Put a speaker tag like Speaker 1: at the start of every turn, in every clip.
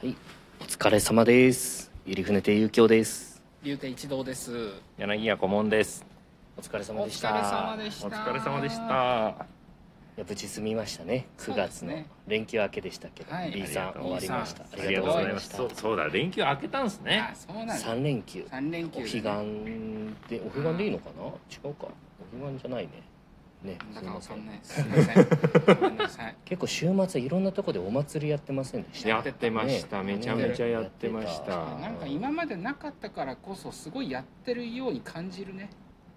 Speaker 1: はい、お疲れ様です。ゆりふねてゆうきょうです。
Speaker 2: 竜亭一同です。
Speaker 3: 柳家顧問です。
Speaker 1: お疲れ様
Speaker 2: お
Speaker 1: でした。
Speaker 2: 疲れ様でした。
Speaker 3: お疲れ様でし。た。
Speaker 1: いや、無事済みましたね。
Speaker 2: そ
Speaker 1: 9
Speaker 2: うで
Speaker 1: 月
Speaker 2: す
Speaker 1: の
Speaker 2: ね
Speaker 1: 連休明けでしたけど、
Speaker 2: はい
Speaker 1: B さん終わりました。
Speaker 2: あ
Speaker 1: あ
Speaker 3: あり
Speaker 1: り
Speaker 3: が
Speaker 1: が
Speaker 3: と
Speaker 1: とうご
Speaker 3: うござ
Speaker 1: ざ
Speaker 3: い
Speaker 1: い
Speaker 3: ま。
Speaker 1: ますし
Speaker 3: そ
Speaker 1: た
Speaker 3: う。そうだ連休明けたんですね
Speaker 2: あ、。そうなんです。
Speaker 1: 三連休。
Speaker 2: 三連休
Speaker 1: お彼
Speaker 2: で
Speaker 1: 岸
Speaker 2: ね。
Speaker 1: で、お彼岸でいいのかな？違うか。お彼岸じゃないね。ね、す
Speaker 2: なん
Speaker 1: みま
Speaker 2: かわか
Speaker 1: せ
Speaker 2: ん
Speaker 1: ん。
Speaker 2: ない。すみません。ごめんな さい。
Speaker 1: 結構週末いろんなとこでお祭りやってませんでした。
Speaker 3: やってました
Speaker 1: ね
Speaker 3: めちゃ
Speaker 2: めち
Speaker 3: ゃやってました
Speaker 1: やって
Speaker 2: なんか今までなかったからこそすごいやってるように感じるね。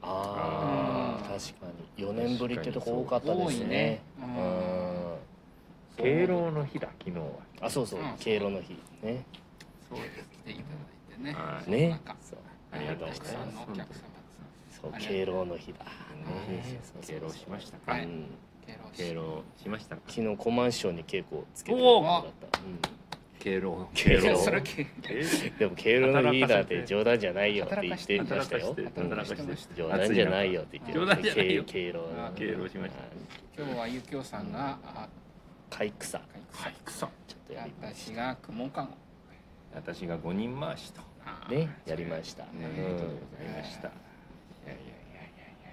Speaker 1: ああ、
Speaker 2: うん
Speaker 1: 確かに4年ぶりってとこ多かったです
Speaker 2: 多い
Speaker 1: ね
Speaker 2: ね。
Speaker 1: う
Speaker 2: うん
Speaker 1: ん。
Speaker 3: 敬老の日だ昨日は。
Speaker 1: あ、そうそう
Speaker 2: うん、
Speaker 1: 敬老の日ね。
Speaker 2: そうです。来ていただいてね。
Speaker 3: はい
Speaker 1: ね
Speaker 2: なんか。
Speaker 1: そう
Speaker 3: ありがとうござい
Speaker 2: たくさ
Speaker 3: ま
Speaker 2: ん
Speaker 3: す
Speaker 2: のお客様。
Speaker 1: そう敬老の日だね
Speaker 3: 敬老しました
Speaker 1: う
Speaker 3: か。
Speaker 2: はい
Speaker 1: ん
Speaker 2: 敬老
Speaker 3: 敬
Speaker 2: し。
Speaker 3: 老しましたか。
Speaker 1: 昨日コマンションに稽古をつけて
Speaker 3: おお
Speaker 1: もらったう
Speaker 3: 敬老
Speaker 1: 敬老
Speaker 2: それ敬
Speaker 1: んでも敬老の日だって冗談じゃないよって言ってま
Speaker 3: 働
Speaker 1: した
Speaker 3: かし
Speaker 1: よ
Speaker 3: て
Speaker 1: うん
Speaker 3: 働かして
Speaker 1: 冗談じゃないよって言って
Speaker 3: 冗談じゃないよ
Speaker 1: 敬敬老の
Speaker 3: 敬老しまし
Speaker 2: 今日はゆきおさんが、あ、
Speaker 1: 貝草ちょ
Speaker 2: はい、くそ。
Speaker 1: っとやりまし
Speaker 2: 私が雲かご。
Speaker 3: 私が五人回しと。
Speaker 2: あ
Speaker 1: た
Speaker 2: ー
Speaker 1: ねやりました
Speaker 3: あ
Speaker 1: 今
Speaker 2: ね
Speaker 3: りがとうございました。いやいやいやいや。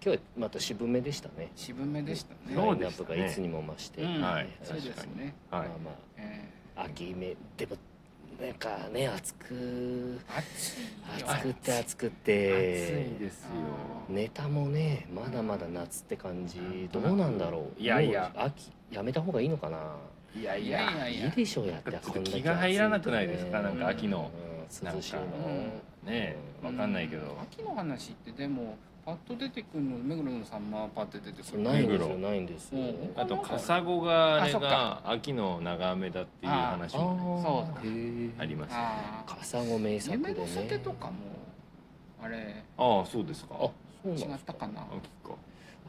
Speaker 1: 日はまた渋めでしたね
Speaker 2: 渋めでした
Speaker 1: ライ
Speaker 2: ね。
Speaker 3: そう
Speaker 1: ンナ
Speaker 3: で
Speaker 1: ッ
Speaker 3: した
Speaker 1: プ
Speaker 3: ね
Speaker 1: がいつにも増して
Speaker 2: うん
Speaker 3: はい
Speaker 2: そうですね。
Speaker 1: ま
Speaker 3: は
Speaker 1: あ
Speaker 3: い。
Speaker 1: ま
Speaker 2: え
Speaker 1: あ秋めでもなんかね暑く
Speaker 2: ー、暑いよ。
Speaker 1: 暑くって暑くっ
Speaker 3: 暑い
Speaker 1: て
Speaker 3: ですよ。
Speaker 1: ネタもねまだまだ夏って感じどうなんだろう
Speaker 3: いやいや
Speaker 1: もう秋やめた方がいいのかない
Speaker 3: や
Speaker 2: いやいやい
Speaker 1: い
Speaker 2: や。
Speaker 1: でしょうやって
Speaker 3: なんかちょっと
Speaker 1: こんだけ暑
Speaker 3: 気が入らなくない
Speaker 1: とね
Speaker 3: ですかなん
Speaker 2: か秋
Speaker 3: の
Speaker 1: うん涼しいの
Speaker 3: なん
Speaker 2: か
Speaker 3: ねえわかんないけど
Speaker 2: う。秋の話ってでもパッと出てくるの目黒のさんまパッと出てく
Speaker 1: そう
Speaker 2: る。
Speaker 1: ないんです
Speaker 3: 目
Speaker 1: よ
Speaker 3: 黒
Speaker 1: ないんですよ、
Speaker 2: うん
Speaker 3: あとカサゴがあれ
Speaker 2: あそっか
Speaker 3: が秋の長雨だっていう話も
Speaker 2: ーそうだ
Speaker 1: へー
Speaker 3: ありますね。
Speaker 2: ああ。
Speaker 1: カサゴ名作でね
Speaker 2: 夢の酒とかもあれ
Speaker 3: ああそうですか。
Speaker 1: あそう
Speaker 2: 違
Speaker 1: なん
Speaker 2: っ
Speaker 1: です
Speaker 2: た
Speaker 1: か
Speaker 2: かな
Speaker 3: あ。聞くか。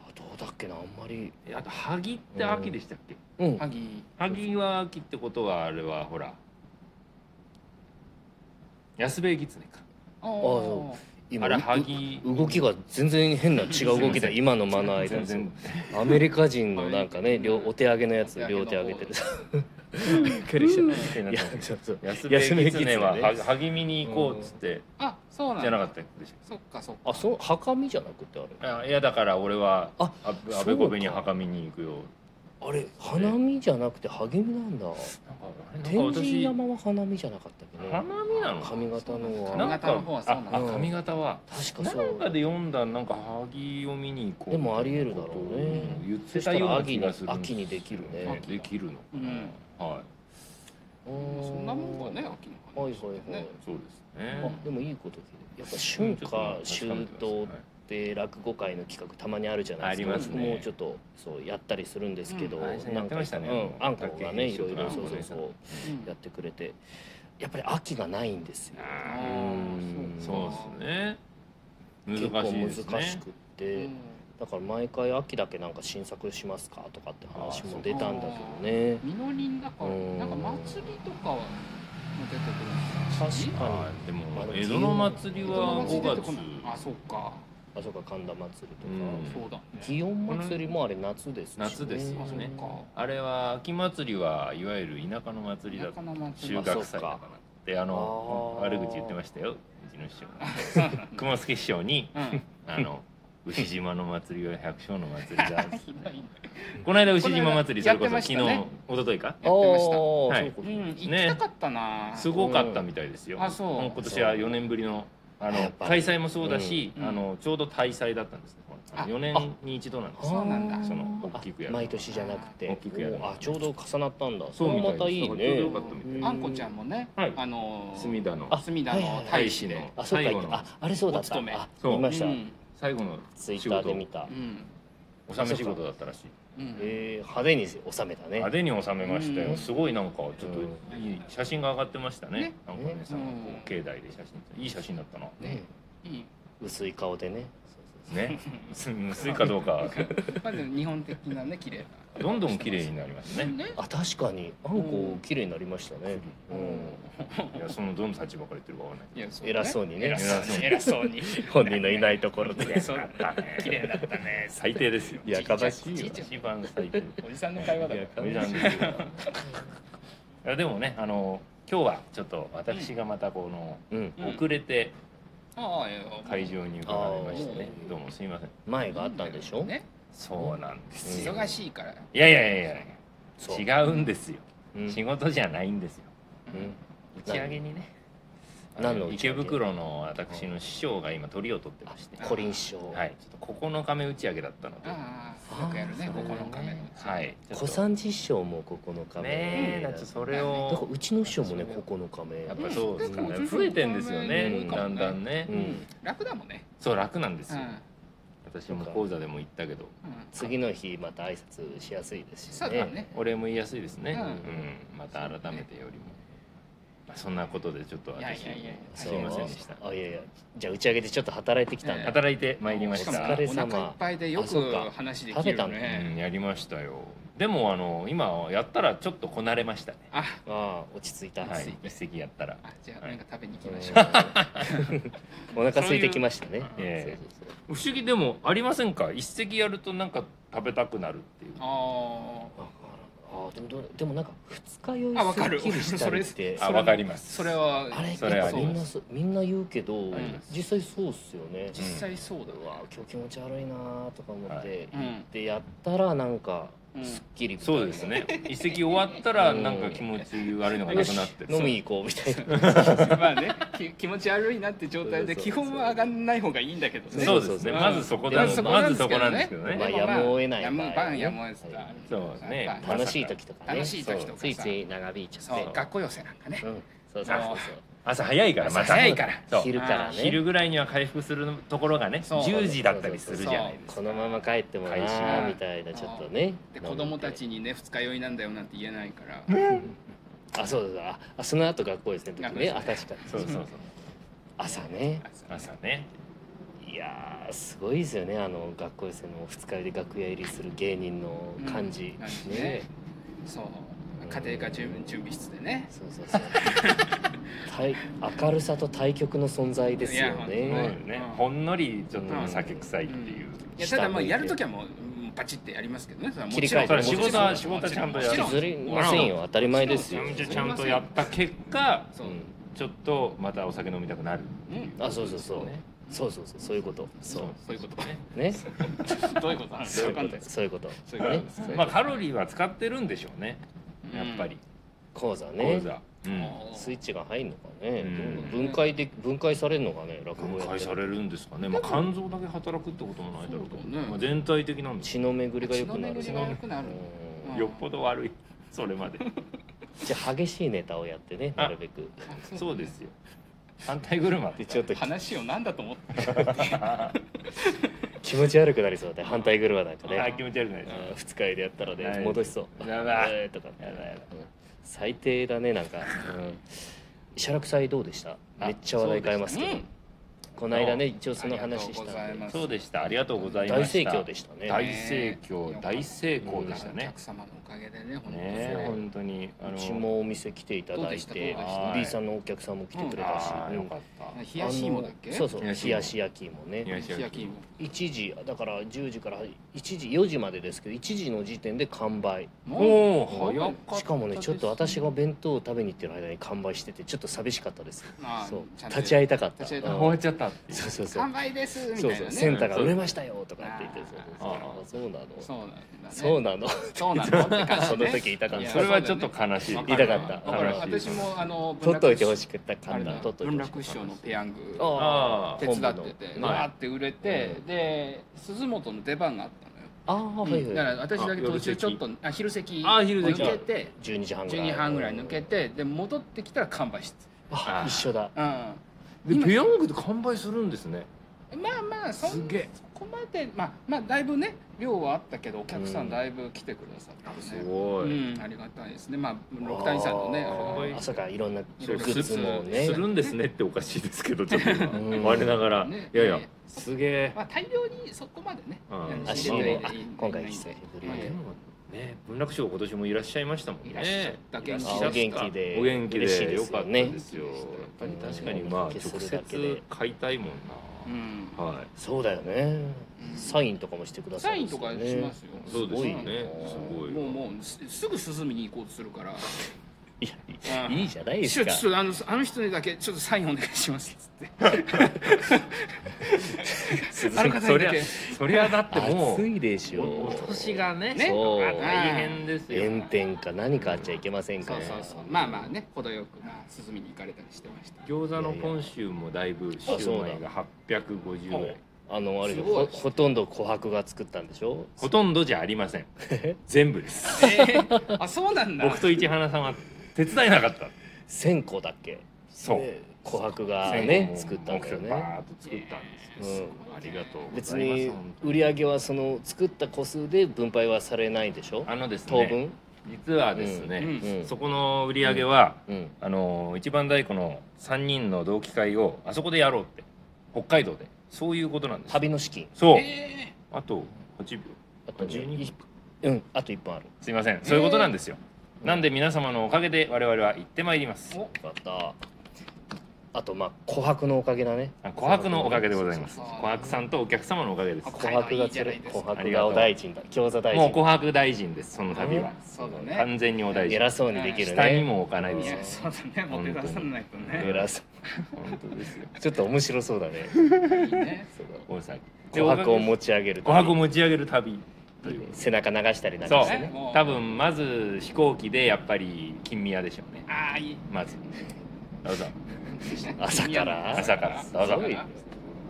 Speaker 1: あどうだっけなあんまり
Speaker 3: えあとハギって秋でしたっけ？
Speaker 1: うん
Speaker 2: 萩。
Speaker 3: ハギは秋ってことはあれはほら。安部ギツネか。
Speaker 2: あ
Speaker 1: そ
Speaker 2: あ。
Speaker 1: 今
Speaker 3: あれ
Speaker 1: う
Speaker 3: ハギ。
Speaker 1: 動きが全然変な違う動き
Speaker 3: すいませ
Speaker 1: で
Speaker 3: ん
Speaker 1: 今の間の間
Speaker 3: 全
Speaker 1: ですよ
Speaker 3: 然
Speaker 1: アメリカ人のなんかね両お手上げのやつ
Speaker 2: お手
Speaker 1: 両
Speaker 2: 上
Speaker 1: 手
Speaker 2: げ
Speaker 1: 上
Speaker 2: の
Speaker 1: げてる
Speaker 3: びっくりした。
Speaker 1: いやちょっと
Speaker 3: 安部ギツネは
Speaker 1: 安部ギツネね
Speaker 3: ハギ見に行こうっつって
Speaker 2: あ、そうなん
Speaker 3: じゃなかっ
Speaker 2: だ。
Speaker 3: たでし
Speaker 2: そっかそっか。
Speaker 1: あそう墓見じゃなくてあ
Speaker 3: ょ？あいやだから俺は
Speaker 1: あ
Speaker 3: あ安倍
Speaker 1: そう
Speaker 3: 小
Speaker 1: か
Speaker 3: 部にハカ見に行くよ。
Speaker 1: れあれ花見じゃなくて励みなんだ
Speaker 3: なん
Speaker 1: 天
Speaker 3: か
Speaker 1: 神
Speaker 3: 私
Speaker 1: 山は花見じゃなかったっけね
Speaker 3: 花見なの
Speaker 1: 髪型の
Speaker 2: 髪
Speaker 1: は
Speaker 2: 型の方はそうなんだ
Speaker 3: ああ髪型は
Speaker 1: 確か
Speaker 3: な
Speaker 1: そ
Speaker 3: んか
Speaker 1: う
Speaker 3: で読んだなんか萩を見に行こう
Speaker 1: でもありえるだろうね
Speaker 3: 言っ
Speaker 1: そ
Speaker 3: て
Speaker 1: した
Speaker 3: たよう
Speaker 1: ら
Speaker 3: な
Speaker 1: 秋
Speaker 3: 気
Speaker 1: に
Speaker 3: がする
Speaker 1: 秋にできるね
Speaker 3: できるのか
Speaker 2: うん
Speaker 3: なはい
Speaker 1: そ
Speaker 2: そんなもんがね、秋の話。
Speaker 1: はいはいはい
Speaker 2: ね
Speaker 3: そうですね
Speaker 1: あでもいいこと聞いてやっぱ春夏秋冬って落語会の企画たまにあるじゃないですか
Speaker 2: あります
Speaker 3: ね
Speaker 1: もうちょっとそうやったりするんですけど、
Speaker 2: うん
Speaker 3: あれ
Speaker 1: な
Speaker 3: や
Speaker 1: んか
Speaker 3: ってましたね
Speaker 1: うん、あんこがねいろいろ
Speaker 3: あん
Speaker 1: そ
Speaker 3: こ
Speaker 1: う
Speaker 3: ね
Speaker 1: そうそう
Speaker 2: うん
Speaker 1: やってくれてやっぱり秋がないんですよ
Speaker 2: あ
Speaker 3: あ
Speaker 1: うん
Speaker 2: ー
Speaker 3: ーそうです
Speaker 1: 結
Speaker 3: ね
Speaker 1: 構
Speaker 3: 難しい
Speaker 1: 難
Speaker 3: です
Speaker 1: し
Speaker 3: ね
Speaker 1: くって、
Speaker 2: うん
Speaker 1: だから毎回秋だけなんか新作しますかとかって話も出たんだけどね
Speaker 2: みのりんだから、
Speaker 1: うん
Speaker 2: なんか祭りとかはも出てくるんです
Speaker 1: 確
Speaker 2: よ
Speaker 1: か
Speaker 3: はいでも
Speaker 1: あの
Speaker 3: 江戸の祭り
Speaker 2: 江戸の
Speaker 3: は
Speaker 2: 祭り
Speaker 3: 5
Speaker 2: 出て
Speaker 3: 月
Speaker 2: こないあそうか、
Speaker 1: にあそうか神田祭りとか、
Speaker 3: うん
Speaker 2: そうだね
Speaker 1: 祇園祭りもあれ夏ですし、ね、
Speaker 3: 夏ですよね
Speaker 2: あ
Speaker 3: あれは秋祭りはいわゆる田舎の祭りだ
Speaker 2: 田舎の祭
Speaker 3: 中
Speaker 2: り
Speaker 1: 秋
Speaker 3: 学祭だからってあの
Speaker 1: あー
Speaker 3: 悪口言ってましたようちの師匠が雲助師匠に
Speaker 2: うん
Speaker 3: あの牛島の祭りは百姓の祭りだっつっ
Speaker 2: ひ
Speaker 3: て
Speaker 2: どいね
Speaker 3: この間牛島祭りそれこ
Speaker 2: この間
Speaker 3: そ
Speaker 2: やってまし
Speaker 3: 昨日、
Speaker 2: たね
Speaker 3: 一昨日か
Speaker 1: あー
Speaker 2: やってました
Speaker 1: そう
Speaker 3: は
Speaker 1: いう
Speaker 3: い
Speaker 1: こ
Speaker 2: う
Speaker 1: と
Speaker 2: ん行きたかったな、
Speaker 3: すごかったみたいですよ、
Speaker 2: うんあそう
Speaker 3: も今年は4年ぶりのあ
Speaker 1: や
Speaker 3: の
Speaker 1: っぱ
Speaker 3: 開
Speaker 1: り
Speaker 3: 催もそうだし、
Speaker 2: うん
Speaker 3: あのちょうど大祭だったんですね
Speaker 2: あ
Speaker 3: 4年に一度なんです
Speaker 2: そうなんだ
Speaker 3: その大きくやる
Speaker 1: あ毎年じゃなくて
Speaker 3: 大きくやる
Speaker 1: おあちょうど重なったんだ
Speaker 3: そう
Speaker 1: れ
Speaker 3: み
Speaker 1: も
Speaker 3: た
Speaker 1: ま
Speaker 3: い
Speaker 1: たいい
Speaker 3: です
Speaker 1: ね
Speaker 3: ちょうどよかったみたい
Speaker 1: うん
Speaker 2: あんこちゃんもね、
Speaker 3: はい
Speaker 2: あのー
Speaker 3: 隅田の
Speaker 1: あ
Speaker 2: 隅田の大使の、
Speaker 1: はいはいはいあそうか
Speaker 3: 最
Speaker 1: 言
Speaker 3: 後
Speaker 1: って
Speaker 3: の
Speaker 1: ああれそうだった
Speaker 2: お勤め
Speaker 1: あ
Speaker 3: そう
Speaker 1: 見ました、
Speaker 2: うん
Speaker 3: 最後の
Speaker 1: ツイ
Speaker 3: 仕
Speaker 1: ッター
Speaker 3: 事
Speaker 1: で見た、
Speaker 2: うん
Speaker 3: 納め仕事だったらしい
Speaker 2: うん
Speaker 1: えー、派手に収めたね
Speaker 3: 派手に収めました
Speaker 2: うん
Speaker 3: よすごいなんかちょっといい写真が上がってましたね
Speaker 2: ね
Speaker 3: なんかお姉さんがこ
Speaker 2: うん
Speaker 3: う境内で写真いい写真だったな
Speaker 1: ね
Speaker 2: いい
Speaker 1: 薄い顔でね
Speaker 3: ね 薄いかどうか
Speaker 2: まず日本的なね綺麗
Speaker 3: どんどん綺麗になります
Speaker 2: な
Speaker 3: ね
Speaker 2: ね
Speaker 1: あ確かにあんこ綺麗になりましたね、う
Speaker 2: うんん
Speaker 3: いやそのどの立場から言ってるかわかんない
Speaker 2: いやそうね
Speaker 1: 偉そうにね
Speaker 2: 偉そうに偉そうに
Speaker 1: 本人のいないところ で
Speaker 2: そうだね綺麗だったね
Speaker 3: 最低ですよ
Speaker 1: いや悲しいよ
Speaker 2: じいちゃん
Speaker 3: 一番最低
Speaker 2: おじさんの会話だ
Speaker 1: いや
Speaker 2: よ
Speaker 3: おじさんですよいやでもねあの今日はちょっと私がまたこの、
Speaker 1: うん
Speaker 2: うん
Speaker 3: 遅れて
Speaker 2: ああいやもう
Speaker 3: 会場に伺いましてね
Speaker 2: あ、ー
Speaker 3: どうもすみません
Speaker 1: 前があったんでしょ、
Speaker 2: ね
Speaker 3: そうなんですよ
Speaker 2: 忙しいから
Speaker 3: いやいやいやい
Speaker 1: そう
Speaker 3: や違うんですよ、
Speaker 1: うん
Speaker 3: 仕事じゃないんですよ
Speaker 1: うん
Speaker 3: 打ち上げにね
Speaker 1: 何の
Speaker 3: あ
Speaker 1: 打ち上げ
Speaker 3: 池袋の私の師匠が今鳥を取ってまして、
Speaker 1: コリン師匠、
Speaker 3: はい、ちょっと9日目打ち上げだったので、
Speaker 2: ああよくやるね
Speaker 1: ああ
Speaker 2: ここのカメの
Speaker 3: はい、ちょっ
Speaker 1: 小
Speaker 3: と
Speaker 1: 三治師匠も9日目
Speaker 3: ねえ、なんかそれ
Speaker 1: だから
Speaker 3: を
Speaker 1: うちの師匠もね9日目
Speaker 3: やっぱそうですか
Speaker 2: うん
Speaker 3: ね、増えてんですよ
Speaker 1: う
Speaker 3: ね
Speaker 1: ん、
Speaker 3: だんだんね
Speaker 1: う
Speaker 2: うんん、楽だもんね
Speaker 3: そう楽なんです
Speaker 2: うん
Speaker 3: よ、私も講座でも言ったけど、
Speaker 2: うん
Speaker 1: 次の日また挨拶しやすいですし
Speaker 2: そうだ
Speaker 1: ね
Speaker 2: ね
Speaker 3: お礼も言いやすいですね、
Speaker 2: うん
Speaker 3: うん、また改めてよりも、まあ、そんなことでちょっと
Speaker 2: いやい
Speaker 3: 私
Speaker 2: やいや
Speaker 3: すいませんでした
Speaker 1: あいやいやじゃあ打ち上げでちょっと働いてきたんだ、
Speaker 3: 働いてまいりまし
Speaker 2: したか
Speaker 1: お
Speaker 2: も
Speaker 1: 疲れ様
Speaker 2: お腹いっぱいでよ
Speaker 1: あそう
Speaker 2: く
Speaker 1: か
Speaker 2: 話でき
Speaker 1: 食
Speaker 2: るよ
Speaker 1: べた
Speaker 3: うん、
Speaker 2: ね
Speaker 3: やりましたよでもあの今やったらちょっとこなれましたね、
Speaker 2: あ
Speaker 1: ああ落ち着いた、
Speaker 3: は
Speaker 2: つい
Speaker 3: い、
Speaker 2: て
Speaker 3: 一席やったら
Speaker 2: あじゃあ
Speaker 3: は
Speaker 2: な
Speaker 3: い
Speaker 2: んか食べに行き
Speaker 1: うん
Speaker 2: ましょう
Speaker 1: お腹空いてきましたね
Speaker 2: そう
Speaker 3: いう
Speaker 1: そうそうそう
Speaker 3: 不思議でもありませんか一席やるとなんか食べたくなるっていう
Speaker 2: ああ
Speaker 1: あああでもどうでもなんか二日酔い
Speaker 2: あわかる
Speaker 1: すっきりしたりって
Speaker 2: そ
Speaker 3: あ
Speaker 2: れ
Speaker 3: わかります
Speaker 2: それは
Speaker 1: あれ
Speaker 3: それ
Speaker 1: やっ
Speaker 3: は
Speaker 1: ぱ
Speaker 3: あ
Speaker 1: み
Speaker 3: り
Speaker 1: ん
Speaker 3: ま
Speaker 1: な
Speaker 3: す
Speaker 1: そうみんな言うけど、
Speaker 3: あります
Speaker 1: 実際そうっすよね
Speaker 2: 実際そうだ
Speaker 1: う
Speaker 2: わ
Speaker 1: わ今日気持ち悪いなーとか思っ
Speaker 3: は
Speaker 1: て
Speaker 3: い
Speaker 1: 行ってやったらなんか
Speaker 2: うん
Speaker 1: すっきりみたいな
Speaker 3: そうですね一席終わったらなんか気持ち悪いのが
Speaker 1: よ
Speaker 3: な
Speaker 1: し
Speaker 3: くなって
Speaker 1: 飲みに行こうみたいな
Speaker 2: まあねき気持ち悪いなって状態で
Speaker 1: そうそうそう
Speaker 2: 基本は上がんない方がいいんだけどね
Speaker 3: そうですね
Speaker 2: うん
Speaker 3: まずそこ
Speaker 1: ま
Speaker 3: だ
Speaker 1: ずそこ
Speaker 3: ま
Speaker 2: なん
Speaker 3: ず
Speaker 2: です
Speaker 3: そ
Speaker 2: け
Speaker 3: こ
Speaker 2: どね
Speaker 3: なんですけど
Speaker 1: まあ
Speaker 3: ね
Speaker 1: やむを得ない
Speaker 2: やむ
Speaker 1: 場合はね
Speaker 2: バンやむを得ず
Speaker 1: はい
Speaker 3: そうね
Speaker 2: やっぱ
Speaker 3: ま
Speaker 1: 楽しい時とかね
Speaker 2: 楽しい時とか
Speaker 1: ついつい長引いちゃっ
Speaker 2: そう
Speaker 1: て
Speaker 2: 学校寄せなんかね
Speaker 1: うんそうそうそうそう
Speaker 3: 朝早いからま
Speaker 2: 朝
Speaker 3: た
Speaker 2: 早いから
Speaker 3: そう
Speaker 1: 昼からね
Speaker 3: 昼ぐらいには回復するところがね
Speaker 2: そう
Speaker 3: 10時だったりするじゃないですか
Speaker 1: このまま帰ってもな
Speaker 3: 会社
Speaker 1: ー
Speaker 2: が
Speaker 1: みたいなちょっとね
Speaker 2: で子供たちにね二日酔いなんだよなんて言えないから
Speaker 1: あそうだあその後学校ですね時
Speaker 2: 学校
Speaker 1: ね
Speaker 2: です
Speaker 1: あ
Speaker 2: ね
Speaker 1: 確かに
Speaker 3: そうそうそう
Speaker 1: 朝ね
Speaker 3: 朝ね
Speaker 1: いやーすごいですよねあの学校ですねもう二日酔いで楽屋入りする芸人の感じ、
Speaker 2: うん感じね
Speaker 1: ね
Speaker 2: そう家庭科準準備室でね
Speaker 1: そうそう そう対明るさと対極の存在ですよ
Speaker 2: い
Speaker 3: そう
Speaker 2: や
Speaker 3: よ
Speaker 1: ね
Speaker 3: ね
Speaker 2: うん
Speaker 3: ほんのりちょっと酒臭いっていう
Speaker 2: いやただ
Speaker 1: 下向
Speaker 2: まあ
Speaker 1: いて
Speaker 2: やるときはもううんパチってやりますけどねそれはも
Speaker 1: 切り
Speaker 2: ち
Speaker 1: 替
Speaker 2: ろ
Speaker 1: え
Speaker 2: ん
Speaker 1: て
Speaker 2: もちろん
Speaker 1: 仕事は
Speaker 2: もちろ
Speaker 3: 仕事はちゃんとやる
Speaker 2: もちろ
Speaker 1: 譲りませんよ当たり前です
Speaker 3: めち
Speaker 1: よ
Speaker 3: ゃめちゃ
Speaker 2: う
Speaker 3: ちゃんとやった結果
Speaker 2: そう
Speaker 1: う
Speaker 3: ちょっとまたお酒飲みたくなるってい
Speaker 1: んあそうそうそう
Speaker 3: ね
Speaker 1: そうそうそうそういうことそう
Speaker 2: そういうことね
Speaker 1: ね
Speaker 2: どういうことなのか
Speaker 1: そうい
Speaker 2: わ
Speaker 1: う
Speaker 2: か
Speaker 1: こ
Speaker 2: ん
Speaker 1: と
Speaker 2: ない
Speaker 1: そういうこと
Speaker 2: そういうこと
Speaker 1: ね
Speaker 2: です
Speaker 1: そういうこと
Speaker 3: まあカロリーは使ってるんでしょうね
Speaker 2: うん
Speaker 3: やっぱり
Speaker 1: 講座ね
Speaker 3: 講座うん
Speaker 1: スイッ チが入るのかね
Speaker 3: うん
Speaker 1: どう分解で分解されるのかね落語
Speaker 3: 分
Speaker 1: やっ
Speaker 3: 解
Speaker 1: て
Speaker 3: されるんですかねまあ肝臓だけ働くってこともないだろうけど
Speaker 2: そうだね
Speaker 3: まあ全体的なんです
Speaker 1: 血の巡りが良くなる
Speaker 2: 血の巡りが良くなる
Speaker 1: うん
Speaker 3: よっぽど悪いそれまで
Speaker 1: じゃあ激しいネタをやってねなるべく
Speaker 2: あ
Speaker 3: そうですよ反対車
Speaker 1: でちょっと
Speaker 2: 話を何だと思って
Speaker 1: 気持ち悪くなりそうだね反対車なんかね
Speaker 3: あ気持ち悪くないです
Speaker 1: あー二日酔いでやったら
Speaker 3: は
Speaker 1: ね
Speaker 3: い
Speaker 1: 戻しそう
Speaker 3: やだ
Speaker 1: えーとかね
Speaker 3: やだやだ
Speaker 1: うん最低だねなんかうん写楽祭どうでした
Speaker 3: あ
Speaker 1: めっちゃ話題変えますけど
Speaker 2: そうでし
Speaker 1: この間ね一応その
Speaker 2: あ
Speaker 1: 話
Speaker 2: り
Speaker 1: し
Speaker 2: がとうご
Speaker 1: た
Speaker 2: ざい
Speaker 1: んで
Speaker 2: ます
Speaker 3: そうでしたありがとうございま
Speaker 1: 大
Speaker 3: し
Speaker 1: 盛
Speaker 3: た
Speaker 1: 況でしたね
Speaker 3: 大盛況大成功でした
Speaker 2: お
Speaker 3: ね
Speaker 2: 客様のおかげでね本当
Speaker 3: ね
Speaker 2: に
Speaker 3: 本当にあ
Speaker 1: う
Speaker 3: の
Speaker 1: ちもお店来ていただ
Speaker 2: どう
Speaker 1: い
Speaker 2: でしたどうで
Speaker 1: て
Speaker 2: した
Speaker 1: B さんのお客さんも来てくれたし
Speaker 3: あー
Speaker 1: うん
Speaker 3: よかった
Speaker 2: 冷やし芋だっけ
Speaker 1: あのそうそう
Speaker 3: 冷やし芋
Speaker 1: 冷やし焼き芋ね
Speaker 3: 冷やし
Speaker 2: 冷やき
Speaker 3: 焼
Speaker 2: 芋
Speaker 1: 1時だから10時から1時4時までですけど1時の時点で完売
Speaker 3: き
Speaker 2: も
Speaker 3: おお早かった
Speaker 1: しかもねちょっと
Speaker 3: です
Speaker 1: 私が弁当を食べに行ってる間に完売しててちょっと寂しかったです
Speaker 2: まあ
Speaker 1: そう
Speaker 2: ちゃんと
Speaker 1: 立ち会いたかった
Speaker 2: 立ち会いた
Speaker 1: う
Speaker 2: か
Speaker 1: ん
Speaker 2: っ
Speaker 3: 終わっちゃったっていう
Speaker 1: そうそうそう
Speaker 2: 完売ですみ
Speaker 1: そ
Speaker 2: た
Speaker 1: う
Speaker 2: い
Speaker 1: そう
Speaker 2: な
Speaker 1: セン
Speaker 2: ね
Speaker 1: ターが売れましたよとかって言ってそう
Speaker 3: あー
Speaker 1: そうそうあそう
Speaker 2: そう
Speaker 1: なの
Speaker 2: なんだね
Speaker 1: そうなの
Speaker 2: そうなのって感じ
Speaker 1: その
Speaker 2: ね
Speaker 1: 時痛かっ
Speaker 2: いや
Speaker 1: た
Speaker 3: それはちょっと悲しい
Speaker 2: わ
Speaker 1: 痛
Speaker 2: る
Speaker 1: かった
Speaker 2: わかる
Speaker 1: 悲しい
Speaker 2: 私もあの
Speaker 1: 取っといてほしく
Speaker 2: く
Speaker 1: った
Speaker 2: あ
Speaker 1: 簡
Speaker 2: れだ
Speaker 1: 単取っといて
Speaker 2: 文
Speaker 1: ほしく
Speaker 2: 楽師匠のペヤング
Speaker 1: あー
Speaker 2: 手伝ってて
Speaker 1: 本部の
Speaker 2: わーって売れてで鈴本の出番があったのよ
Speaker 1: ああはい
Speaker 2: うんだか
Speaker 1: はい
Speaker 2: ら私だけ途中ちょっとあ昼席
Speaker 3: あ昼席
Speaker 2: 抜けて
Speaker 1: 12時半ぐらい
Speaker 2: 12時半ぐらい抜けてで戻ってきたら完売して
Speaker 1: あ
Speaker 3: あー
Speaker 1: 一緒だ
Speaker 2: たうん
Speaker 3: で
Speaker 2: 今
Speaker 3: ペヤングで完売するんですね
Speaker 2: まあまあそん
Speaker 3: すげえ
Speaker 2: そこまでまあまあだいぶね量はあったけどお客さ
Speaker 1: うん
Speaker 2: んだいぶ来てくださって
Speaker 3: す
Speaker 2: ね
Speaker 3: ごい、
Speaker 2: うんありがたいですねまあ六谷さんのね
Speaker 1: あ
Speaker 2: あれ
Speaker 1: ー
Speaker 2: が
Speaker 1: あそうかいろんなグ
Speaker 2: そう
Speaker 1: ッズもね
Speaker 3: するんですねっておかしいですけどちょっと
Speaker 1: うん
Speaker 3: 今我ながら、
Speaker 2: ね
Speaker 3: いやいや
Speaker 2: ね
Speaker 3: すげえ、
Speaker 2: まあ大量にそこまでね
Speaker 3: うん
Speaker 1: あ
Speaker 2: 仕
Speaker 1: 新
Speaker 2: 入れ
Speaker 1: 聞
Speaker 2: て
Speaker 1: あ
Speaker 2: いい
Speaker 1: 今回
Speaker 2: いい
Speaker 1: 久しぶり
Speaker 2: まあ
Speaker 1: で
Speaker 3: でもね文楽賞今年もいらっしゃいましたもんね
Speaker 2: いらっしゃった元気
Speaker 1: あお元気で
Speaker 3: お元気
Speaker 1: 嬉しい
Speaker 3: で
Speaker 1: で
Speaker 3: よ
Speaker 1: す
Speaker 3: か
Speaker 1: よ
Speaker 3: った
Speaker 1: ね
Speaker 3: ですよやっぱり確かにま
Speaker 1: う
Speaker 3: あ
Speaker 1: ん
Speaker 3: 直
Speaker 1: するだけで
Speaker 3: 接買いたいもん
Speaker 2: うん
Speaker 3: な、はい
Speaker 1: そうだよね
Speaker 2: うん
Speaker 1: サインとかもしてくださ
Speaker 2: サ
Speaker 1: る
Speaker 2: イ
Speaker 1: ん
Speaker 2: ン
Speaker 1: です
Speaker 2: と
Speaker 1: よね
Speaker 2: かしますよ
Speaker 3: そうですよね
Speaker 1: す
Speaker 3: す
Speaker 1: ご
Speaker 3: ごい
Speaker 2: もうもうすすぐ涼みに行こうとするから
Speaker 1: いや
Speaker 2: うん
Speaker 1: いいじゃないで
Speaker 2: 師
Speaker 1: す
Speaker 2: 匠
Speaker 1: か
Speaker 2: ちょっとあのあの人にだけちょっとサインお願いします」っつって
Speaker 1: 鈴木
Speaker 2: あの方
Speaker 3: そ
Speaker 2: に
Speaker 3: りゃ
Speaker 2: だけ
Speaker 3: そりゃだっても
Speaker 1: 暑
Speaker 3: う
Speaker 1: いでしょ
Speaker 3: お年がね
Speaker 2: ね
Speaker 1: そう
Speaker 3: あ大変ですよ
Speaker 1: 炎天下何かあっちゃいけませんか
Speaker 2: そう
Speaker 1: ら
Speaker 2: そうそうまあまあね程よくまあ涼みに行かれたりしてました
Speaker 3: 餃子の今週もだいぶシューマイが850円
Speaker 1: あのあれです
Speaker 2: ご
Speaker 1: ほ
Speaker 2: い
Speaker 1: ほとんど琥珀が作ったんでしょ
Speaker 3: ほとんどじゃありません全部です
Speaker 2: えーあそうなんだ
Speaker 3: 僕と市原さんは手伝えなかった
Speaker 1: 1000個だっけ
Speaker 3: そう
Speaker 1: で琥珀が
Speaker 3: 千個
Speaker 1: ね
Speaker 3: も
Speaker 1: 作ったんだよ
Speaker 3: バ
Speaker 1: ね
Speaker 3: ーッと作った
Speaker 1: う
Speaker 3: んですよ
Speaker 1: ん
Speaker 3: すごいありがとうご
Speaker 1: 別
Speaker 3: ざいます
Speaker 1: に
Speaker 3: 本当
Speaker 1: 売り上げはその作った個数で分配はされないでしょ
Speaker 3: あのです
Speaker 1: 当
Speaker 3: ね
Speaker 1: 分
Speaker 3: 実はです
Speaker 2: う
Speaker 3: ね
Speaker 2: ん
Speaker 1: うん
Speaker 3: そこの売り上げは
Speaker 1: うん
Speaker 3: あの一番太鼓の3人の同期会をあそこでやろうって北海道でそういうことなんです
Speaker 1: 旅の資金
Speaker 3: そう
Speaker 2: え
Speaker 3: あと8秒
Speaker 1: あとね
Speaker 3: 12
Speaker 1: いうんあと1分ある
Speaker 3: すいませんそういうことなんですよなんで皆様のおかげで我々は行ってまいります
Speaker 2: ーお
Speaker 1: よかったあとまあ琥珀のおかげだね
Speaker 3: あ琥珀のおかげでございます
Speaker 2: そうそうそう
Speaker 3: 琥珀さんとお客様のおかげです
Speaker 2: あ
Speaker 3: も
Speaker 1: 琥珀
Speaker 2: い
Speaker 1: が
Speaker 2: いじゃ
Speaker 1: つ
Speaker 2: な
Speaker 1: れ
Speaker 2: いです
Speaker 1: 琥
Speaker 2: か
Speaker 1: 珀がお大臣だ餃子大
Speaker 3: う
Speaker 1: 臣
Speaker 3: 琥珀大臣ですその旅は
Speaker 2: そうだね
Speaker 3: 完全にお大臣
Speaker 1: 偉そうにできる
Speaker 3: 下に
Speaker 1: ね
Speaker 3: も置かないで
Speaker 2: い
Speaker 3: すよ
Speaker 2: やそうだねもて出さないとね
Speaker 1: 偉そう
Speaker 3: 本当ですよ
Speaker 1: ちょっと面白そうだね
Speaker 2: いいね
Speaker 3: 大崎で
Speaker 1: 琥珀を持
Speaker 3: 琥
Speaker 1: ち上げる
Speaker 3: 珀を持ち上げる旅ということで
Speaker 1: 背中流したりなん
Speaker 3: そ
Speaker 1: か
Speaker 3: う
Speaker 1: してね
Speaker 2: もう
Speaker 3: 多分まず飛行機でやっぱり金宮でしょうね
Speaker 2: ああいい
Speaker 3: まずど うぞ
Speaker 1: 朝から
Speaker 3: 朝からどう
Speaker 1: す
Speaker 3: ぞ
Speaker 1: ごいね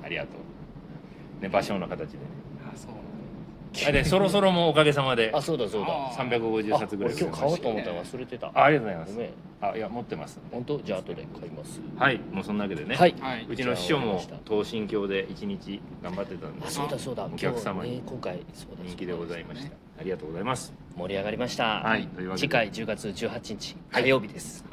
Speaker 3: ありがとうね場所の形でね
Speaker 2: あそう
Speaker 3: あでそろそろもうおかげさまで
Speaker 1: あそうだそうだ
Speaker 2: あ
Speaker 3: 350冊ぐらい
Speaker 1: あ俺今日買おうと
Speaker 3: 売れまし
Speaker 1: 思ったら忘れてた
Speaker 3: たあありがとうござ
Speaker 1: ご
Speaker 3: い
Speaker 1: めん
Speaker 3: ますあいや持ってますんで
Speaker 1: 本当じゃあ後で買います
Speaker 3: はいもうそんなわけでね、
Speaker 1: はい
Speaker 2: はいう
Speaker 3: ちの師匠
Speaker 1: わ
Speaker 3: も
Speaker 1: かりました
Speaker 3: 東神教で一日頑張ってたんで
Speaker 1: あそうだそうだ
Speaker 3: お客様
Speaker 1: 今日
Speaker 3: に
Speaker 1: ね今回そうだ
Speaker 3: 人気でございました、
Speaker 2: そうで
Speaker 3: ありがとうございます
Speaker 1: 盛り上がりました
Speaker 3: はいというわけで
Speaker 1: 次回10月18日火曜日です